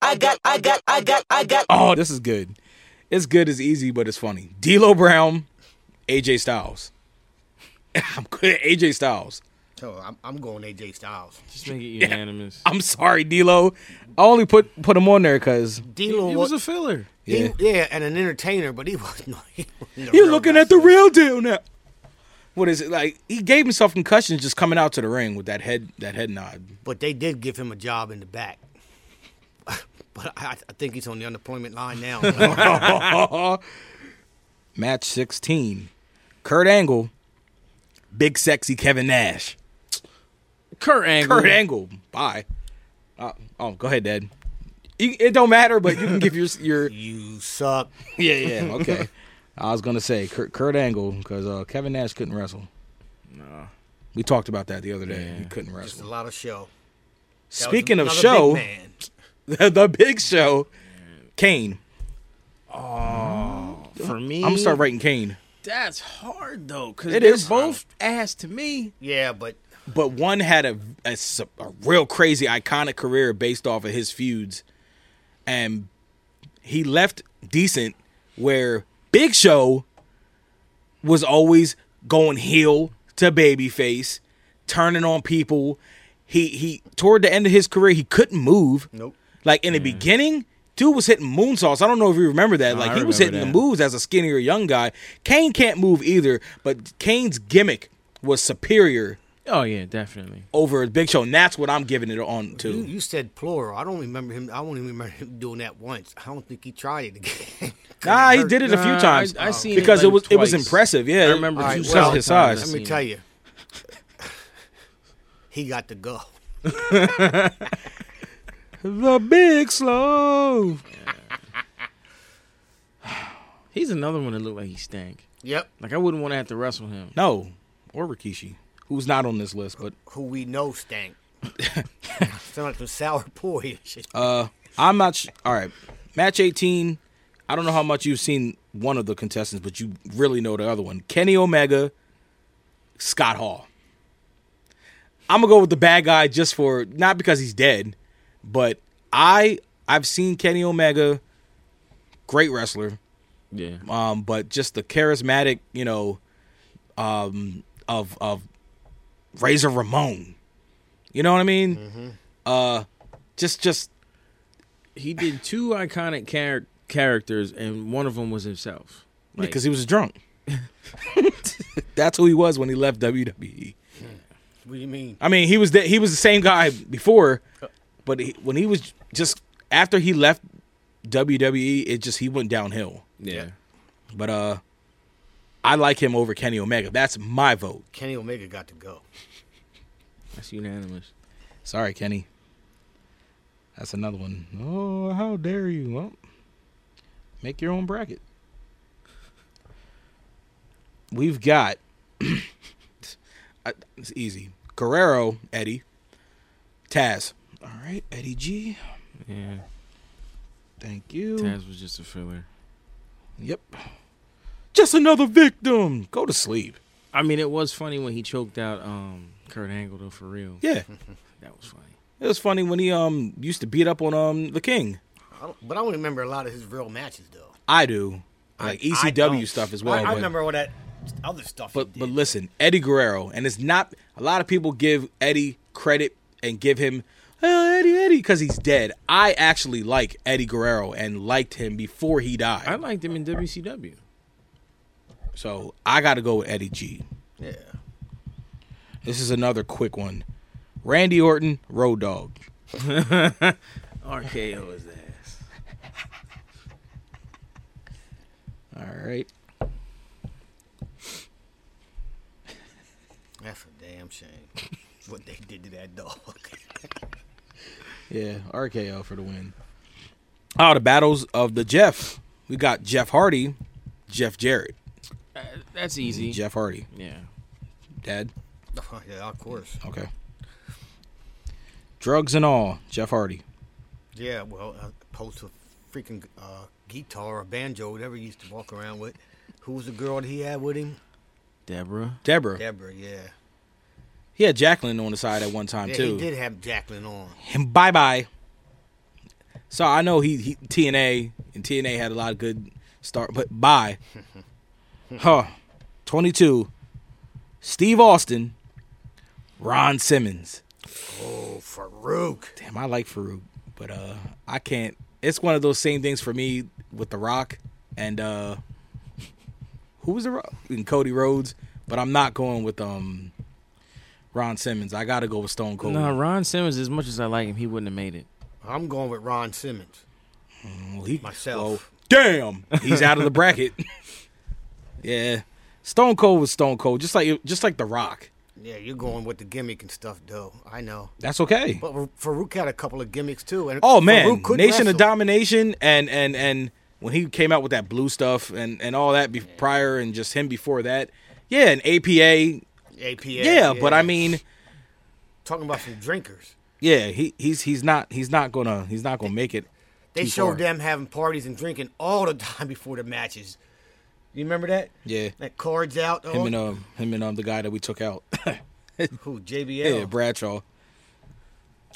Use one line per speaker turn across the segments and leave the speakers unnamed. I got, I got, I got, I got.
Oh, this is good. It's good, it's easy, but it's funny. D'Lo Brown, AJ Styles. I'm good. at AJ Styles.
So Oh, I'm, I'm going AJ Styles.
Just make it unanimous.
I'm sorry, D'Lo. I only put put him on there because
D'Lo
He
was,
was a filler.
he-
yeah.
yeah, and an entertainer, but he was not. He wasn't a
You're
real
looking at the real deal now. What is it like? He gave himself concussions just coming out to the ring with that head that head nod.
But they did give him a job in the back. but I, I think he's on the unemployment line now.
Match sixteen, Kurt Angle, Big Sexy Kevin Nash.
Kurt Angle.
Kurt Angle, bye. Uh, oh, go ahead, Dad. You- It don't matter, but you can give your your
you suck.
yeah yeah okay. I was gonna say Kurt, Kurt Angle because uh, Kevin Nash couldn't wrestle. No, we talked about that the other day. He couldn't
It's a
wrestle.
lot of show. That was
Speaking of
another
show,
big man.
the big show, Kane.
For me,
I'm gonna start writing Kane.
That's hard though, because
It
they're
is.
both ass to me.
yeah, but
But one had a, a s- a real crazy iconic career based off of his feuds, and he left decent. Where Big Show was always going heel to babyface, turning on people. He he toward the end of his career he couldn't move.
Nope.
Like in the beginning, dude was hitting moonsaults. I don't know if you remember that. like
I
he was hitting
remember
the
that.
moves as a skinnier young guy. Kane can't move either, but Kane's gimmick was superior
Oh yeah, definitely.
over Big Show, and that's what I'm giving it on to.
you, you said plural. I don't remember him. I don't even remember him doing that once. I don't think he tried it again.
nah, he did it a few
Nah,
times.
I- I seen it
because it,
like
was it was
twice.
impressive. Yeah,
I remember
All
two
because
separate
of his
times.
size.
Let me
seen
tell
it.
you, he got to go.
The Big Slow.
He's another one that looked like he stank.
Yep,
Like I wouldn't want to have to wrestle him.
No, or Rikishi, who's not on this list, but
who we know stank. Sound like some sour boy and shit.
Uh, I'm not. Sh- All right, match 18. I don't know how much you've seen one of the contestants, but you really know the other one: Kenny Omega, Scott Hall. I'm gonna go with the bad guy just for not because he's dead, but I I've seen Kenny Omega, great wrestler,
Yeah.
um, but just the charismatic, you know, um, of of Razor Ramon. You know what I mean? Uh, just just
He did two iconic char- characters, and one of them was himself. Like,
because he was drunk. That's who he was when he left WWE.
What do you mean?
I mean, he was the, he was the same guy before, but he, when he was just after he left WWE, it just he went downhill.
yeah.
But uh, I like him over Kenny Omega. That's my vote.
Kenny Omega got to go.
that's unanimous.
Sorry, Kenny. That's another one. Oh, how dare you? Well, make your own bracket. We've got I- it's easy. Guerrero, Eddie, Taz. All right, Eddie G.
Yeah,
Thank you.
Taz was just a filler.
Yep. Just another victim. Go to sleep.
I mean, it was funny when he choked out um, Kurt Angle though, for real.
Yeah.
That was funny.
It was funny when he um used to beat up on um the king.
I don't, but I don't remember a lot of his real matches though.
I do. Like
I
ECW
don't.
E stuff as well.
I, I
but-
remember all that other stuff.
But
he
but
did.
listen, Eddie Guerrero, and it's not a lot of people give Eddie credit and give him oh, Eddie Eddie because he's dead. I actually like Eddie Guerrero and liked him before he died.
I liked him in WCW.
so I got to go with Eddie G.
yeah,
This is another quick one. Randy Orton, Road Dog.
RKO is ass.
All right,
that's a damn shame. what they did to that dog.
yeah, RKO for the win. Oh, the battles of the Jeff. We got Jeff Hardy, Jeff Jarrett,
Uh, That's easy.
Jeff Hardy,
Yeah.
Dad.
yeah, of course.
Okay. Drugs and all, Jeff Hardy.
Yeah, well, uh, opposed to a freaking uh, guitar or banjo, whatever he used to walk around with. Who was the girl that he had with him?
Deborah.
Deborah.
Deborah. Yeah,
He had Jacqueline on the side at one time
yeah
too.
he did have Jacqueline on.
And bye bye. So I know he, he TNA and TNA had a lot of good start, but by huh, twenty two, Steve Austin, Ron Simmons.
Oh, Farouk.
Damn, I like Farouk, but uh, I can't. It's one of those same things for me with The Rock and uh, who was the Rock and Cody Rhodes, but I'm not going with um, Ron Simmons. I got to go with Stone Cold.
Nah, Ron Simmons. As much as I like him, he wouldn't have made it.
I'm going with Ron Simmons.
Well, he-
Myself.
well, damn, he's out of the bracket. yeah, Stone Cold was Stone Cold, just like just like The Rock.
Yeah, you're going with the gimmick and stuff, though. I know.
That's okay.
But Farouk had a couple of gimmicks too. And
Oh man,
Farouk could
Nation of
wrestle.
Domination, and and and when he came out with that blue stuff and and all that be- prior, and just him before that. Yeah, and APA. Yeah,
APA.
but I mean,
talking about some drinkers.
yeah, he he's he's not he's not gonna he's not gonna make it.
They
too
showed
far.
them having parties and drinking all the time before the matches. You remember that?
Yeah,
That cards out.
him
Oh,
and um him and um the guy that we took out.
who? JBL.
yeah, Bradshaw,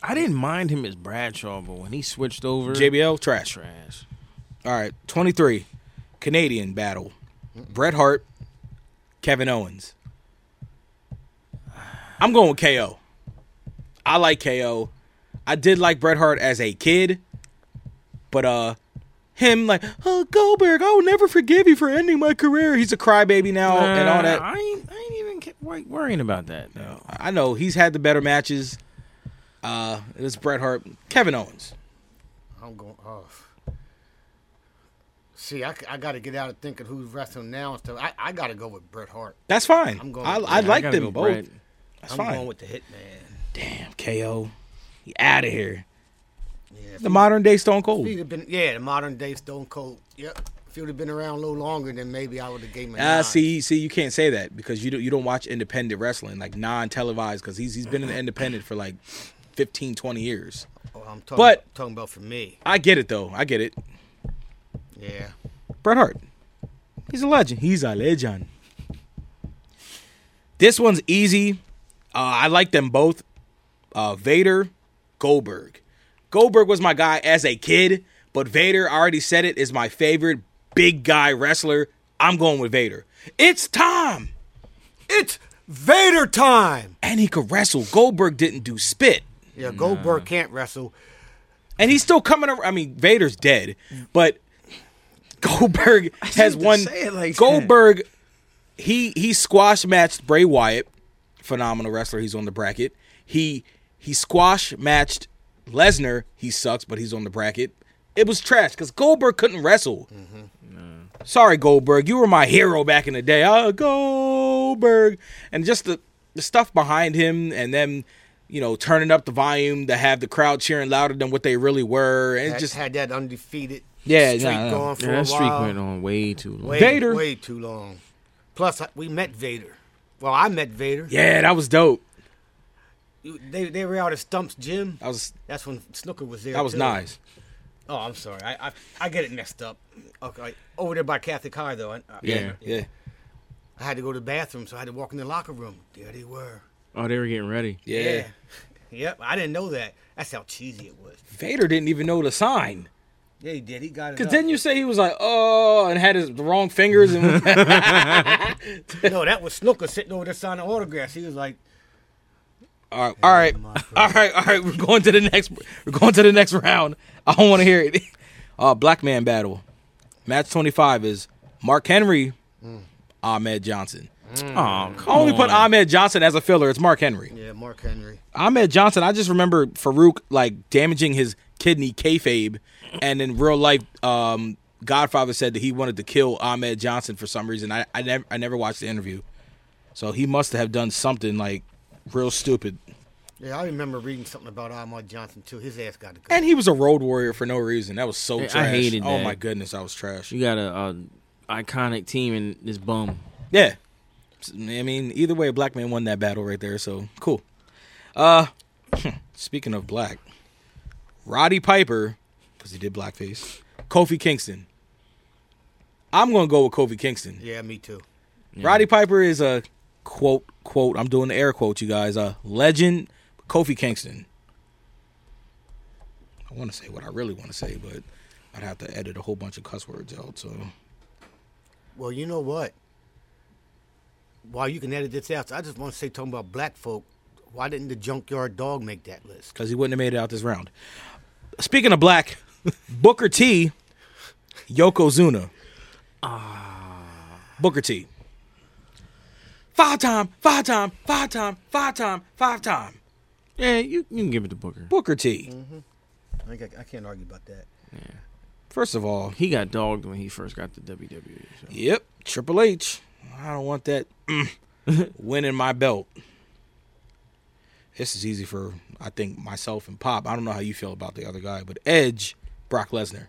I didn't mind him as Bradshaw, but when he switched over,
JBL, trash.
trash.
All right, 23. Canadian battle. Bret Hart, Kevin Owens. I'm going with KO. I like KO. I did like Bret Hart as a kid, but uh him like, "Oh, Goldberg, I will never forgive you for ending my career." He's a crybaby now Oh, and all that.
I ain't, I ain't even kept like, worrying about that. No.
I know he's had the better matches. Uh it's Bret Hart, Kevin Owens.
I'm going off. See, I, got to get out of thinking who's wrestling now and stuff. I, I got to go with Bret Hart.
That's fine.
I'm going-
I,
yeah,
I like
gotta
them
go
both.
Bret.
That's
I'm
fine.
going with the Hitman.
Damn, KO. He out of here.
Yeah, if
The modern day Stone Cold.
he'd have been, yeah, the modern day Stone Cold. Yep. If he'd have been around a little longer, then maybe I would have gave him. a
Ah,
nod.
see, see, you can't say that because you don't you don't watch independent wrestling like non televised because he's he's been an independent for like 15, 20 years.
Oh, I'm talking,
but-
talking about for me.
I get it though. I get it.
Yeah.
Bret Hart, he's a legend. He's a legend. This one's easy. Uh, I like them both. Uh, Vader, Goldberg. Goldberg was my guy as a kid, but Vader, I already said it, is my favorite big guy wrestler. I'm going with Vader. It's time.
It's Vader time.
and he could wrestle. Goldberg didn't do spit,
Yeah, Goldberg can't wrestle.
and he's still coming. Around. I mean, Vader's dead, but Goldberg has
to
won.
say it like that.
Goldberg, he he squash matched Bray Wyatt, phenomenal wrestler. He's on the bracket. He he squash matched Lesnar. He sucks, but he's on the bracket. It was trash because Goldberg couldn't wrestle. Sorry, Goldberg, you were my hero back in the day. Uh, Goldberg, and just the the stuff behind him, and them, you know, turning up the volume to have the crowd cheering louder than what they really were, and
Had,
it just
just had that undefeated
Yeah,
streak
nah, nah.
going for
Yeah,
a
that streak
while.
went on way too long.
Way,
Vader.
way too long. Plus, I- we met Vader. Well, I met Vader.
yeah, that was dope.
You- They, they were out at Stump's gym.
That was
That's when Snooker was there.
Uh, that was
too.
nice.
Oh, I'm sorry. I, I I get it messed up. Okay, over there by Catholic High though. I, I,
Yeah, yeah.
I had to go to the bathroom, so I had to walk in the locker room. There they were.
Oh, they were getting ready.
Yeah.
Yep. I didn't know that. That's how cheesy it was.
Vader didn't even know the sign.
Yeah, he did. He got it.
Cause
up.
then you say he was like, oh, and had his the wrong fingers, and
no, that was Snooker sitting over there signing autographs. He was like,
all right, all right, all right, all right. We're going to the next. We're going to the next round. I don't want to hear it. Uh, black man battle, match twenty five is Mark Henry, Ahmed Johnson.
Oh, Mm. come
I only
on.
put Ahmed Johnson as a filler. It's Mark Henry.
"Yeah, Mark Henry."
Ahmed Johnson, I just remember Farouk like damaging his kidney kayfabe, and in real life, um, Godfather said that he wanted to kill Ahmed Johnson for some reason. I I never I never watched the interview, so he must have done something like real stupid.
Yeah, I remember reading something about Ahmad Johnson too. His ass got to go.
And he was a road warrior for no reason. That was so
I
trash.
hated
oh
that.
my goodness, I was trash.
You got a, a iconic team in this bum.
Yeah, I mean either way, a black man won that battle right there. So cool. Uh, hmm, speaking of black, Roddy Piper because he did blackface. Kofi Kingston. I'm gonna go with Kofi Kingston.
yeah, me too.
Roddy Piper is a quote quote. I'm doing the air quotes, you guys. A legend. Kofi Kingston. I I want to say what I really want to say, but I'd have to edit a whole bunch of cuss words out. So
Well, you know what? While you can edit this out, I just want to say talking about black folk. Why didn't the junkyard dog make that list?
because he wouldn't have made it out this round. Speaking of black, Booker T, Yokozuna, Booker T, five time, five time, five time, five time, five time.
Yeah, you, you can give it to Booker.
Booker T.
I, think I, I can't argue about that.
First of all,
He got dogged when he first got to WWE. So.
Yep, Triple H. I don't want that winning my belt. This is easy for I think myself and Pop. I don't know how you feel about the other guy, but Edge, Brock Lesnar.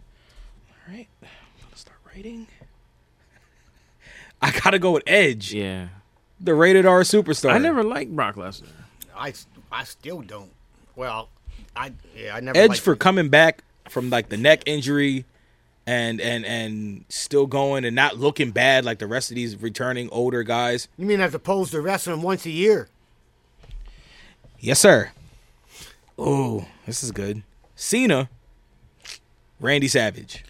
All right, I'm gonna start writing. I gotta go with Edge,
Yeah.
the rated R superstar.
I never liked Brock Lesnar.
I, s- I still don't. Well, I yeah, I never
Edge
liked
for
it.
coming back from like the neck injury, and and and still going and not looking bad like the rest of these returning older guys.
You mean as opposed to wrestling once a year?
Yes, sir. Oh, this is good. Cena, Randy Savage.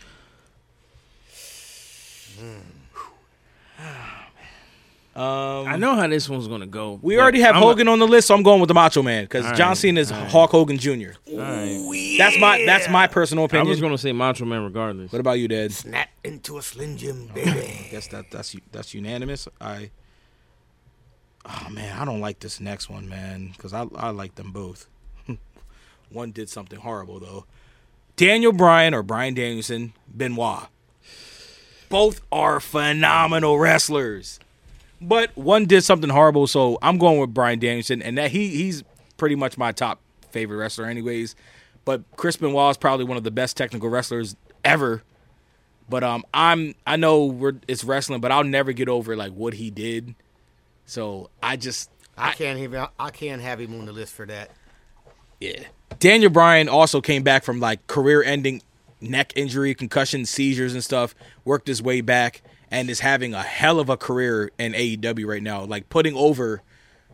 I know how this one's gonna go.
We
but
already have
I'm
Hogan on the list, so I'm going with the Macho Man because
All
John
right,
Cena is
all right.
Hulk Hogan Jr.
A, all right.
That's my that's my personal
I
opinion.
was gonna say Macho Man regardless.
what about you, Dad?
Snap into a slim jim,
I
baby.
guess that that's u- that's unanimous. I. Oh man, I don't like this next one, man, because I I like them both. one did something horrible though. Daniel Bryan or Bryan Danielson, Benoit. Both are phenomenal wrestlers, but one did something horrible, so I'm going with Bryan Danielson, and that he he's pretty much my top favorite wrestler, anyways. But Chris Benoit is probably one of the best technical wrestlers ever. But um, I'm I know we're it's wrestling, but I'll never get over like what he did. So I just
I can't even. I can't have him on the list for that.
yeah. Daniel Bryan also came back from like career-ending neck injury, concussion, seizures, and stuff. Worked his way back and is having a hell of a career in AEW right now. Like putting over,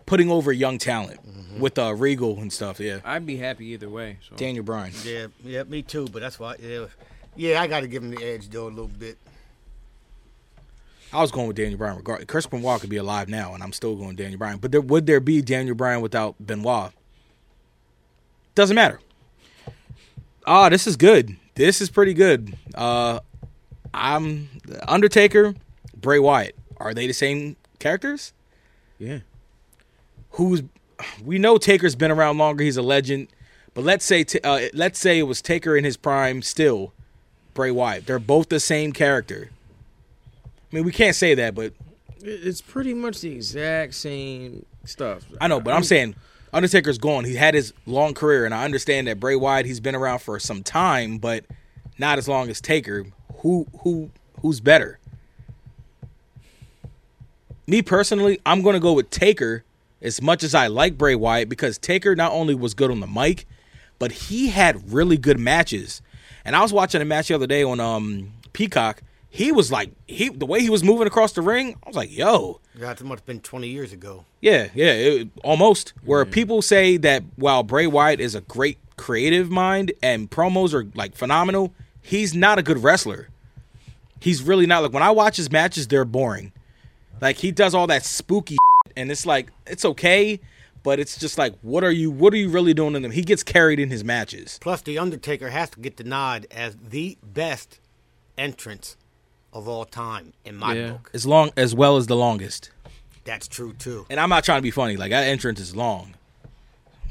putting over young talent with uh, Regal and stuff. Yeah,
I'd be happy either way. So.
Daniel Bryan.
Yeah, yeah, me too. But that's why. Yeah, yeah, I got to give him the edge though a little bit.
I was going with Daniel Bryan. Regardless, Chris Benoit could be alive now, and I'm still going Daniel Bryan. But there would there be Daniel Bryan without Benoit? Doesn't matter. Ah, this is good. This is pretty good. Uh, I'm Undertaker, Bray Wyatt. Are they the same characters?
Yeah.
who's we know Taker's been around longer. He's a legend, but let's say t- uh, let's say it was Taker in his prime. Still, Bray Wyatt. They're both the same character. I mean, we can't say that, but
It- It's pretty much the exact same stuff.
I know. But I'm saying Undertaker's gone. He had his long career, and I understand that Bray Wyatt. He's been around for some time, but not as long as Taker. Who who who's better? me personally, I'm going to go with Taker as much as I like Bray Wyatt because Taker not only was good on the mic, but he had really good matches. And I was watching a match the other day on um, Peacock. He was like he the way he was moving across the ring. I was like, "Yo,
God, that must have been 20 years ago.
yeah, yeah, it, almost." Where people say that while Bray Wyatt is a great creative mind and promos are like phenomenal, he's not a good wrestler. He's really not. Like when I watch his matches, they're boring. Like he does all that spooky shit, and it's like it's okay, but it's just like what are you what are you really doing in them? He gets carried in his matches.
Plus, The Undertaker has to get the nod as the best entrance of all time in my
Yeah.
book.
As long as well as the longest.
That's true too.
And I'm not trying to be funny, like that entrance is long.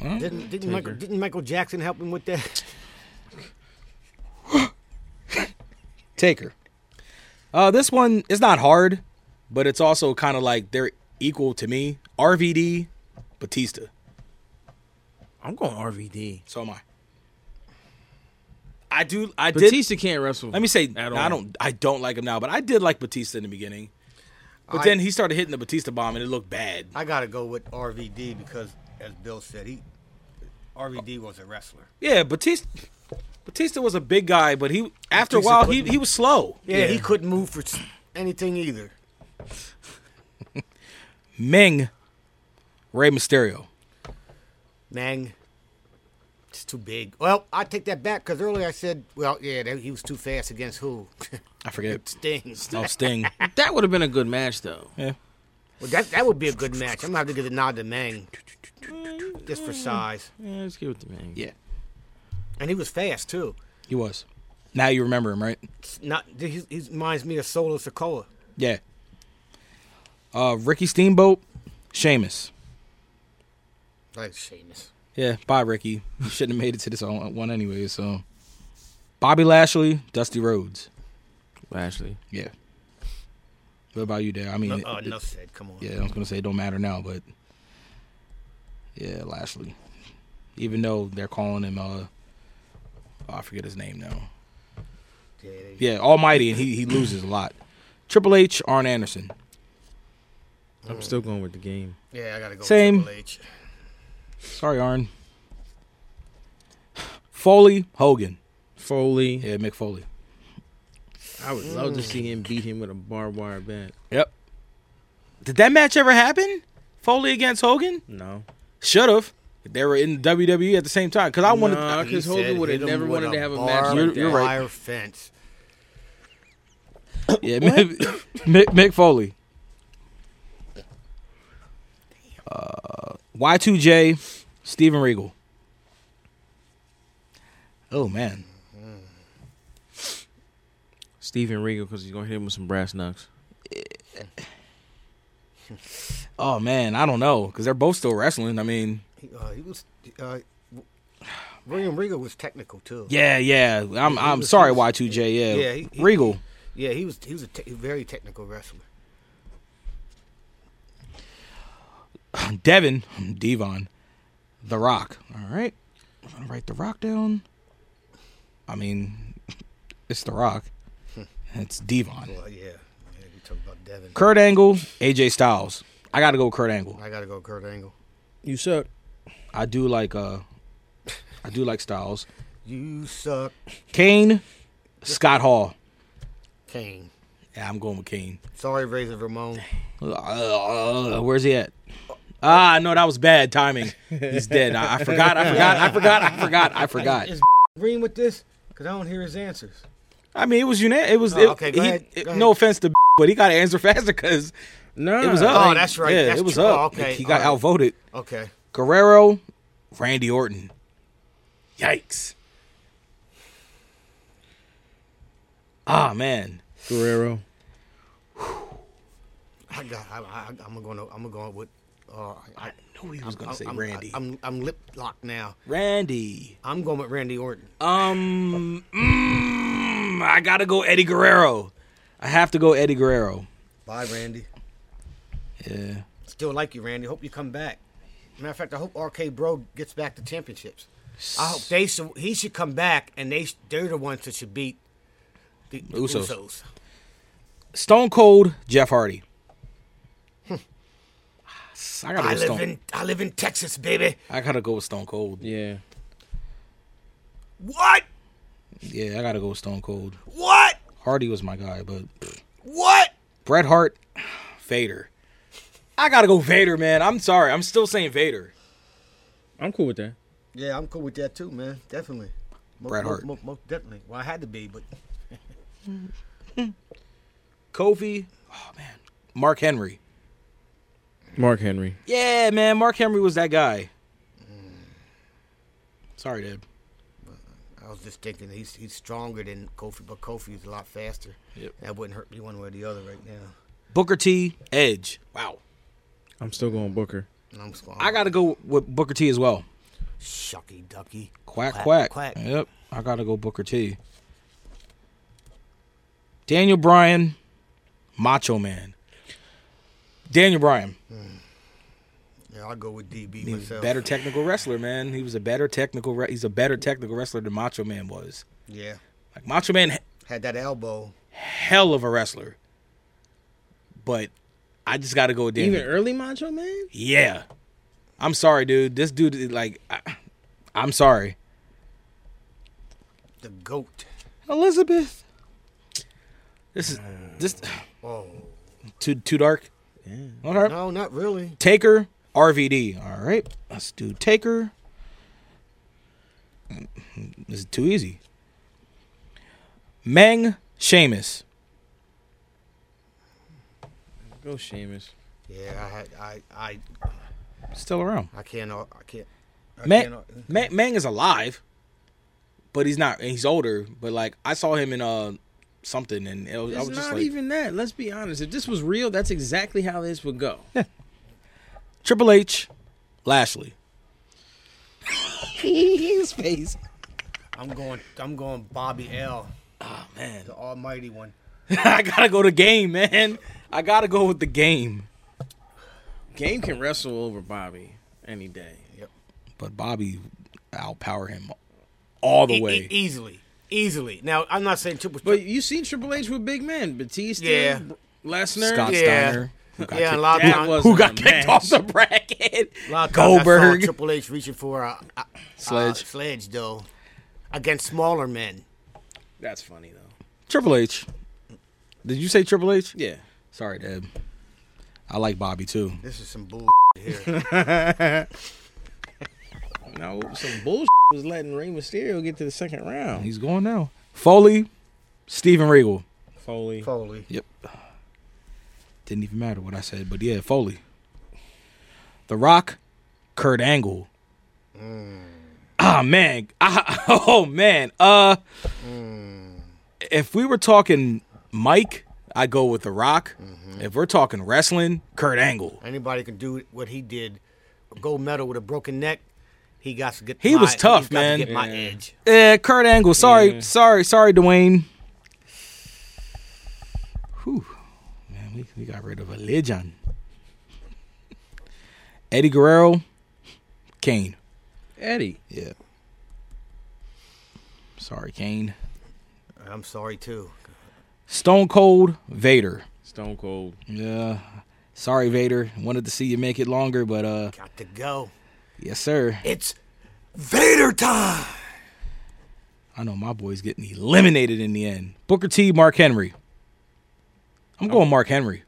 Didn't didn't Michael, didn't Michael Jackson help him with that?
Taker. Uh this one is not hard, but it's also kind of like they're equal to me. RVD, Batista.
I'm going RVD.
So am I. I do I did
Batista can't wrestle.
Let me say,
at all.
I don't, I don't like him now, but I did like Batista in the beginning. But
I-
then he started hitting the Batista bomb, and it looked bad.
I gotta go with RVD because, as Bill said, he RVD was a wrestler.
Yeah, Batista, Batista was a big guy, but he after
Batista
a while he
couldn't-
he was slow.
Yeah, he couldn't move for s- anything either.
Ming, Rey Mysterio.
Mang, too big. Well, I take that back because earlier I said, well, yeah, that, he was too fast against who?
I forget.
Stings.
Oh, Sting.
That would have been a good match though.
yeah.
Well, that that would be a good match. I'm gonna have to give a nod to Mang just for size,
Yeah, let's give it to man.
Yeah.
and he was fast too.
He was. Now you remember him, right?
It's not he, he reminds me of Solo Sokoa.
Yeah. Uh, Ricky Steamboat, Sheamus.
Like Sheamus.
Yeah, bye, Ricky. You shouldn't have made it to this one anyway. So, Bobby Lashley, Dusty Rhodes.
Lashley.
Yeah. What about you, Dale? I mean,
No,
it-
oh,
it-
enough said. Come on.
yeah, I was gonna say it don't matter now, but yeah, Lashley. Even though they're calling him, uh, oh, I forget his name now.
Yeah, they-
Yeah, Almighty, and he he loses a lot. Triple H, Arn Anderson.
I'm still going with the game.
yeah, I gotta go.
Same.
Triple H.
Sorry, Arn. Foley, Hogan.
Foley.
Yeah, Mick Foley.
I would love to see him beat him with a barbed wire bat.
Yep. Did that match ever happen? Foley against Hogan?
No.
Should have. They were in WWE at the same time because I wanted.
Nah, 'cause
He
Hogan
said
would have
hit him
never
with
wanted to have a
barbed
match like
You're- you're
that.
right.
Wire fence.
Yeah, Mick, Mick, Mick Foley. Uh, Y2J, Steven Regal. Oh man,
Steven Regal because he's gonna hit him with some brass knucks.
oh man, I don't know because they're both still wrestling. I mean,
He, uh, he was. Uh, William Regal was technical too.
yeah, yeah. I'm
he
I'm
was-
sorry,
he was-
Y2J. Yeah,
yeah, he- he-
Regal.
Yeah, he was. He was a te- very technical wrestler.
Devin, Devon, The Rock. All right. I'm going to write The Rock down. I mean, it's The Rock. It's Devon.
Well, yeah. yeah you talk about Devin.
Kurt Angle, AJ Styles. I got to go with Kurt Angle.
I gotta go Kurt Angle.
You suck.
I do like uh I do like Styles.
You suck,
Kane, Scott Hall.
Kane.
Yeah, I'm going with Kane.
Sorry, Razor Ramon.
Uh, where's he at? Ah, no, that was bad timing. He's dead. I, I forgot. I forgot. I forgot. I forgot. I forgot.
Is agreeing with this? Because I don't hear his answers.
I mean, it was unanimous. It was.
Oh,
it-
okay, go
he-
ahead,
it-
go ahead.
No offense to, but he got to answer faster because
No.
it was up.
Oh, that's right,
Yeah,
that's
it was
true.
up.
Oh, okay,
Like, he got
all right.
outvoted.
Okay.
Guerrero, Randy Orton. Yikes. Ah man,
Guerrero.
I got. I, I, I'm gonna. I'm gonna go with. Uh, I, I
knew he was gonna say
I'm,
Randy.
I, am I'm lip locked now.
Randy.
I'm going with Randy Orton.
Um, mm, I gotta go Eddie Guerrero. I have to go Eddie Guerrero.
Bye, Randy.
Yeah.
Still like you, Randy. Hope you come back. Matter of fact, I hope RK Bro gets back to championships. I hope they should. He should come back, and they sh- they're the ones that should beat the, the
Usos.
Usos.
Stone Cold, Jeff Hardy. Ah, I gotta
Hmm. I
go
live
Stone.
in I live in Texas, baby.
I gotta go with Stone Cold.
Yeah.
What?
Yeah, I gotta go with Stone Cold.
What?
Hardy was my guy, but
What?
Bret Hart, Vader. I gotta go Vader, man. I'm sorry, I'm still saying Vader.
I'm cool with that.
Yeah, I'm cool with that too, man. Definitely. Most,
Bret Hart.
Most, definitely. Well, I had to be, but
Kofi, oh man, Mark Henry.
Mark Henry.
Yeah, man, Mark Henry was that guy. Sorry, Deb.
I was just thinking he's he's stronger than Kofi, but Kofi is a lot faster.
Yep.
That wouldn't hurt me one way or the other right now.
Booker T, Edge. Wow,
I'm still going Booker.
And I'm just going,
I gotta go with Booker T as well.
shucky ducky.
Quack quack.
Quack, quack.
Yep, I gotta go Booker T. Daniel Bryan, Macho Man. Daniel Bryan.
Yeah, I'll go with DB
He was a
myself.
better technical wrestler, man. He was a better technical. Re- he's a better technical wrestler than Macho Man was.
Yeah,
Like Macho Man, he-
had that elbow.
hell of a wrestler. But I just got to go with Daniel.
Even early Macho Man?
yeah, I'm sorry, dude. This dude, is like, I, I'm sorry,
The goat.
Elizabeth. This is this
Oh
too too dark.
Yeah.
All right,
no, not really.
Taker, RVD. All right, let's do Taker. This Mm, is too easy. Meng Sheamus.
Go Sheamus.
Yeah, I had I I
Still around.
I can't I can't. I
Meng,
can't- uh,
Meng, Meng is alive, but he's not. He's older. But like I saw him in uh something, and it was, I
It's
was
not
just like
even that. Let's be honest. If this was real, that's exactly how this would go.
Triple H, Lashley.
His face.
I'm going I'm going Bobby L,
Oh man,
the almighty one.
I gotta go to game, man. I gotta go with the game.
Game can wrestle over Bobby any day.
But Bobby outpower him all the
E-
way.
e- easily. Easily. Now, I'm not saying Triple
But you seen Triple H with big men, Batista,
Yeah.
Lesnar.
Scott
Yeah.
Steiner, who got,
yeah, a
kicked,
lot of
That
times,
was-
who got
a
kicked
match.
off the bracket.
a lot of times I saw
Goldberg.
Triple H reaching for a, a-
Sledge.
a sledge though, against smaller men.
That's funny though.
Triple H. Did you say Triple H?
Yeah.
Sorry, Deb. I like Bobby too.
This is some bull here.
No, some bullshit was letting Rey Mysterio get to the second round.
He's going now. Foley, Steven Regal.
Foley.
Foley.
Yep. Didn't even matter what I said, but yeah, Foley. The Rock, Kurt Angle. Ah man, Ah, oh man. Uh, if we were talking Mike, I go with The Rock. If we're talking wrestling, Kurt Angle.
Anybody can do what he did. A gold medal with a broken neck. He got to get.
He
my-
was tough,
he's got to
man.
get my
Yeah.
edge.
Yeah, Eh, Kurt Angle. Sorry,
Yeah.
sorry, sorry, Dwayne. Whew. Man, we, we got rid of a legend. Eddie Guerrero, Kane.
Eddie.
Yeah. Sorry, Kane.
I'm sorry too.
Stone Cold, Vader.
Stone Cold.
Yeah. Sorry, Vader. Wanted to see you make it longer, but uh,
Got to go.
yes, sir.
It's Vader time.
I know my boy's getting eliminated in the end. Booker T, Mark Henry. I'm going Mark Henry.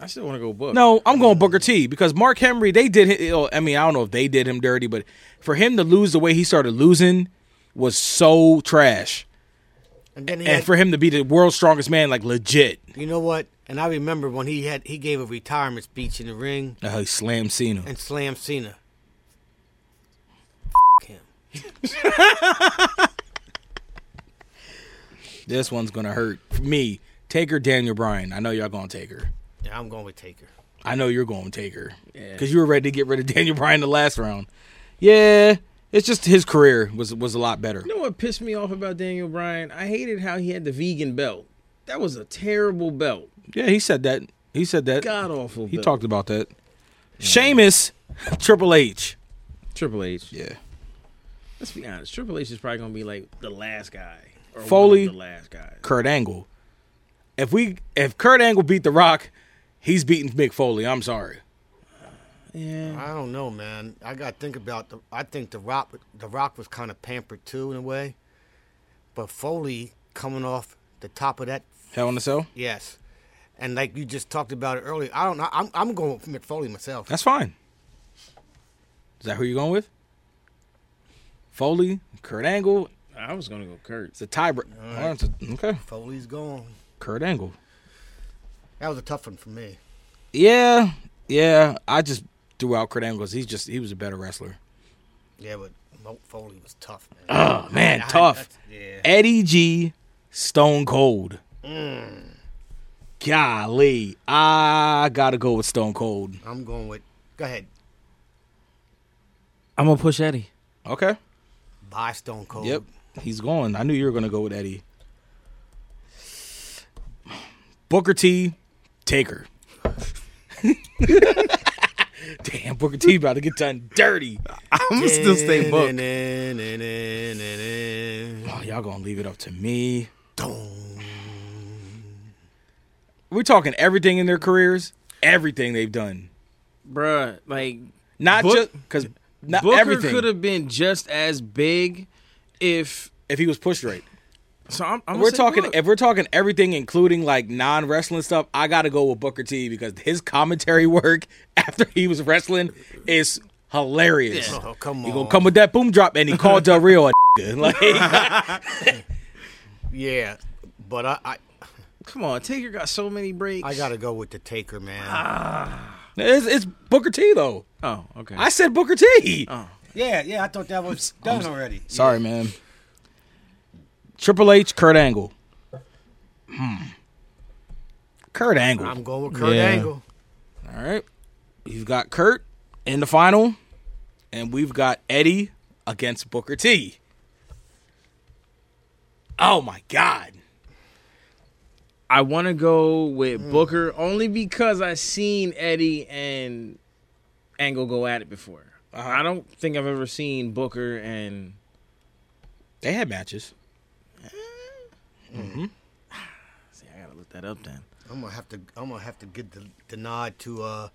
I still want to go book.
No, I'm going Booker T because Mark Henry, they did him. I mean, I don't know if they did him dirty, but for him to lose the way he started losing was so trash.
And then he
And
had-
for him to be the world's strongest man, like legit,
you know what? And I remember when he had he gave a retirement speech in the ring
uh, he slammed Cena.
and slammed Cena. F- him.
This one's gonna hurt for me. Take her, Daniel Bryan. I know y'all gonna take her.
Yeah, I'm going with Taker.
I know you're gonna take her
Yeah.
because you were ready to get rid of Daniel Bryan the last round. Yeah, it's just his career was was a lot better.
You know what pissed me off about Daniel Bryan? I hated how he had the vegan belt. That was a terrible belt.
Yeah, he said that. He said that.
God awful.
He talked about that. Sheamus, Triple H.
Triple H.
Yeah.
Let's be honest. Triple H is probably gonna be like the last guy. Or one of
Foley.
the last guy.
Kurt Angle. If we if Kurt Angle beat The Rock, he's beating Mick Foley. I'm sorry.
Yeah.
I don't know, man. I got to think about the. I think the Rock, the Rock was kind of pampered too in a way, but Foley coming off the top of that,
Hell in a cell.
yes, and like you just talked about it earlier. I don't know. I'm I'm going with Mick Foley myself.
That's fine. Is that who you're going with? Foley, Kurt Angle.
I was gonna go Kurt.
It's a tiebreaker. okay,
Foley's gone.
Kurt Angle.
That was a tough one for me.
Yeah, yeah. I just threw out Kurt Angle 'cause he's just he was a better wrestler.
Yeah, but Mick Foley was tough, man.
Oh man,
I-
tough.
that's- Yeah.
Eddie G, Stone Cold. Mm. Golly, I gotta go with Stone Cold.
I'm going with. Go ahead.
I'm gonna push Eddie.
Okay.
Buy Stone Cold.
Yep, he's going. I knew you were going to go with Eddie. Booker T, Taker. Damn, Booker T about to get done dirty.
I'm still stay book.
Book.
Oh, y'all gonna leave it up to me?
Dong.
We're talking everything in their careers, everything they've done,
Bruh, like
not
Book-
just because not
Booker could
everything.
have been just as big if.
If he was pushed right,
So I'm. I'm
we're talking.
Book.
If we're talking everything, including like non wrestling stuff, I gotta go with Booker T because his commentary work after he was wrestling is hilarious.
Yeah.
Oh, come on.
He gonna come with that boom drop, and he called Del Rio a nigga. like
Yeah, but I, I
Come on, Taker got so many breaks.
I gotta go with the Taker, man.
Ah. it's, it's Booker T though.
Oh, okay.
I said Booker T.
Oh.
yeah, yeah. I thought that was done already.
Sorry, man. Triple H, Kurt Angle. Hmm. Kurt Angle.
I'm going with Kurt
Yeah.
Angle.
All right. You've got Kurt in the final, and we've got Eddie against Booker T. Oh my God.
I want to go with
Mm.
Booker only because I seen Eddie and Angle go at it before.
Uh-huh.
I don't think I've ever seen Booker and
They had matches.
see, I gotta look that up then.
I'm gonna have to. I'm gonna have to give the, the nod to uh,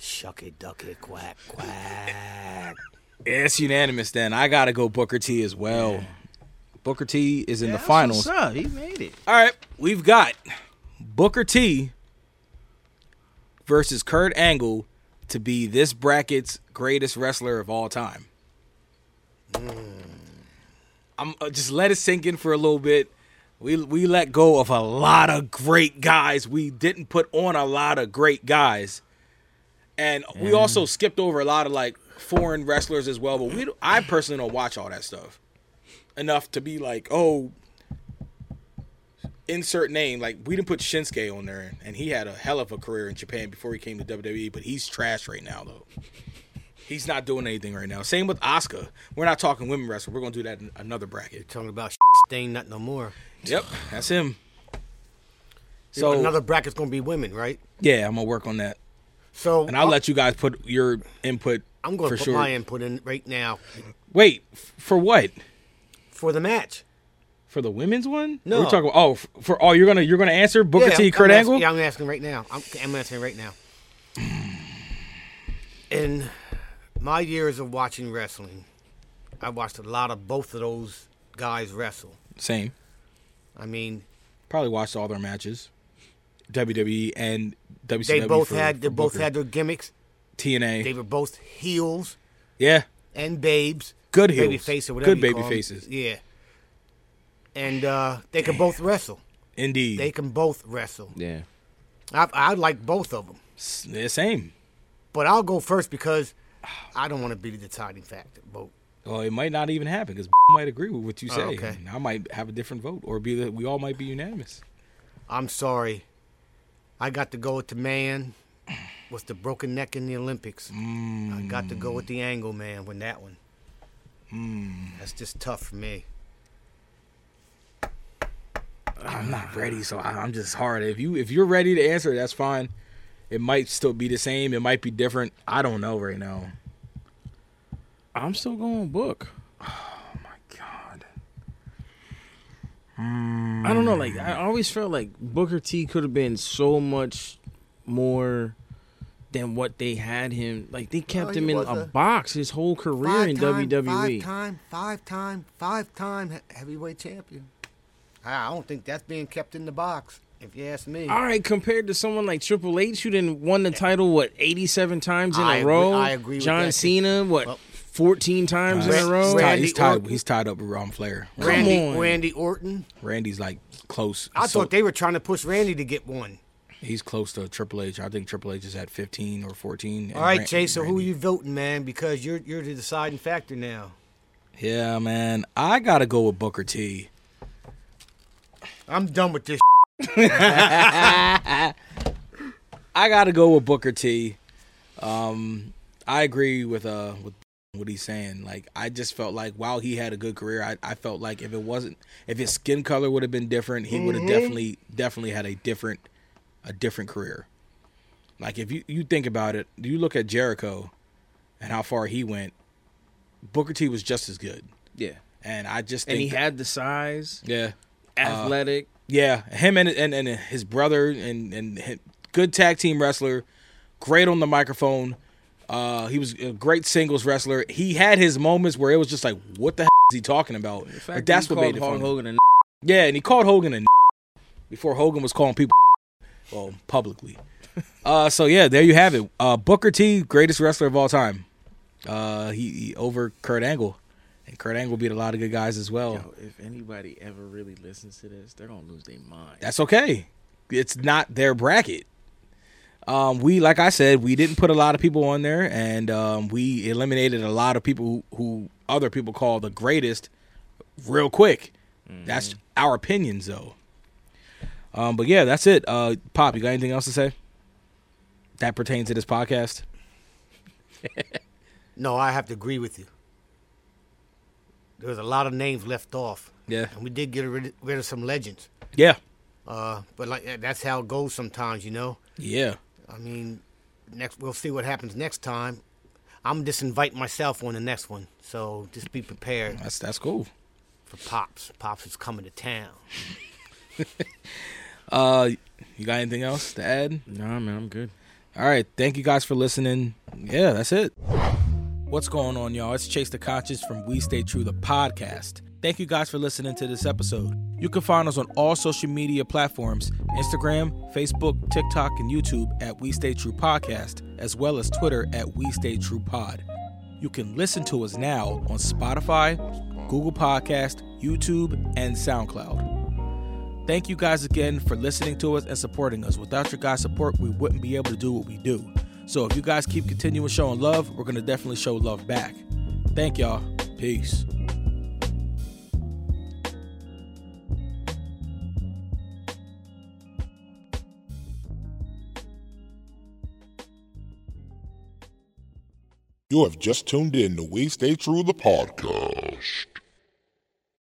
Shucky Ducky Quack Quack.
Yeah, it's unanimous then. I gotta go Booker T as well. Booker T is in
Yeah,
the
that's
finals.
what's up. He made it.
All right, we've got Booker T versus Kurt Angle to be this bracket's greatest wrestler of all time. Mm. I'm uh, just let it sink in for a little bit. We we let go of a lot of great guys. We didn't put on a lot of great guys, and we also skipped over a lot of like foreign wrestlers as well. But we don't- I personally don't watch all that stuff enough to be like, oh, insert name. Like we didn't put Shinsuke on there, and he had a hell of a career in Japan before he came to WWE. But he's trash right now, though. He's not doing anything right now. Same with Oscar. We're not talking women wrestling. We're gonna do that in another bracket.
Talking about stain, not no more.
Yep, that's him.
So
So
another bracket's gonna be women, right?
yeah, I'm gonna work on that,
So
and I'll let you guys put your input.
I'm gonna
for
put
sure.
my input in right now
Wait f- for what?
for the match.
For the women's one?
No.
we're talking. Oh, f- for oh, you're gonna you're gonna answer Booker T.
I'm-
Kurt
I'm ask-
Angle.
yeah, I'm asking right now. I'm, I'm asking right now. In my years of watching wrestling, I watched a lot of both of those guys wrestle.
Same.
I mean,
Probably watched all their matches. WWE and WCW.
they both
for-
had they
for
both
Booker.
had their gimmicks.
TNA.
They were both heels
yeah,
and babes.
Good
baby
heels.
face or whatever.
Good
you
baby
call 'em.
faces.
Yeah. And uh, they can both wrestle.
indeed.
They can both wrestle.
Yeah.
I, I like both of them.
S- yeah, same.
But I'll go first because I don't want to be the deciding factor. But
Well, it might not even happen because might agree with what you
Oh,
say.
okay.
And I might have a different vote, or be that we all might be unanimous.
I'm sorry. I got to go with the man with the broken neck in the Olympics. I got to go with
Mm.
the angle man with that one. That's just tough for me.
I'm not ready, so I- I'm just hard. If you if you're ready to answer, that's fine. It might still be the same. It might be different. I don't know right now.
I'm still going book.
God.
I don't know. Like I always felt like Booker T could have been so much more than what they had him. Like they kept
Oh, he
him in
was
a,
a
box his whole career in E. WWE.
Five time, five time, five time he- heavyweight champion. I I don't think that's being kept in the box, if you ask me.
All right, compared to someone like Triple H, who didn't won the title what eighty seven times in
I
a
agree-
row.
I agree with
John
that.
Cena, what
Well-
fourteen times in a
Randy-
row?
He's tied, he's
Randy
tied.
Orton.
He's tied up with Ron Flair.
Come
Randy,
on.
Randy Orton.
Randy's like close.
I
so-
thought they were trying to push Randy to get one.
he's close to Triple H. I think Triple H is at 15 or 14.
All right,
Jason.
Chase. So who are you voting, man? Because you're you're the deciding factor now.
Yeah, man. I gotta go with Booker T.
I'm done with this.
I gotta go with Booker T. Um, I agree with uh with what he's saying. Like, I just felt like while he had a good career, I, I felt like if it wasn't if his skin color would have been different, he would have
Mm-hmm.
definitely definitely had a different a different career. Like if you you think about it, you look at Jericho and how far he went. Booker T was just as good,
Yeah,
and Uh, I just think
and he
that-
had the size,
yeah.
athletic.
Yeah, him and and, and his brother and and him, good tag team wrestler, great on the microphone. Uh, he was a great singles wrestler. He had his moments where it was just like, what the hell is he talking about?
In fact,
But that's
he
what made
called
it
Hulk
funny.
Hogan and
Yeah, and he called Hogan a before Hogan was calling people well publicly. Uh, so yeah, there you have it. Uh, Booker T, greatest wrestler of all time. Uh, he, he over Kurt Angle, and Kurt Angle beat a lot of good guys as well.
Yo, if anybody ever really listens to this, they're gonna lose their mind.
That's okay. It's not their bracket. Um, we, like I said, we didn't put a lot of people on there, and um, we eliminated a lot of people who, who other people call the greatest real quick. That's our opinions, though. Um, but yeah, that's it. Uh, Pop, you got anything else to say that pertains to this podcast?
No, I have to agree with you. There was a lot of names left off.
Yeah.
And we did get rid rid of some legends.
Yeah,
Uh, but like that- that's how it goes sometimes, you know.
yeah.
I mean, next we'll see what happens next time. I'm just invite myself on the next one, so just be prepared
That's that's cool.
for pops. Pops is coming to town.
Uh, you got anything else to add?
Nah, man, I'm good.
All right. Thank you guys for listening. Yeah, that's it. What's going on, y'all? It's Chase the Conscious from We Stay True, the podcast. Thank you guys for listening to this episode. You can find us on all social media platforms Instagram, Facebook, TikTok, and YouTube at We Stay True Podcast, as well as Twitter at We Stay True Pod. You can listen to us now on Spotify, Google Podcast, YouTube, and SoundCloud. Thank you guys again for listening to us and supporting us. Without your guys' support, we wouldn't be able to do what we do. So if you guys keep continuing showing love, we're going to definitely show love back. Thank y'all. Peace.
You have just tuned in to We Stay True, the podcast.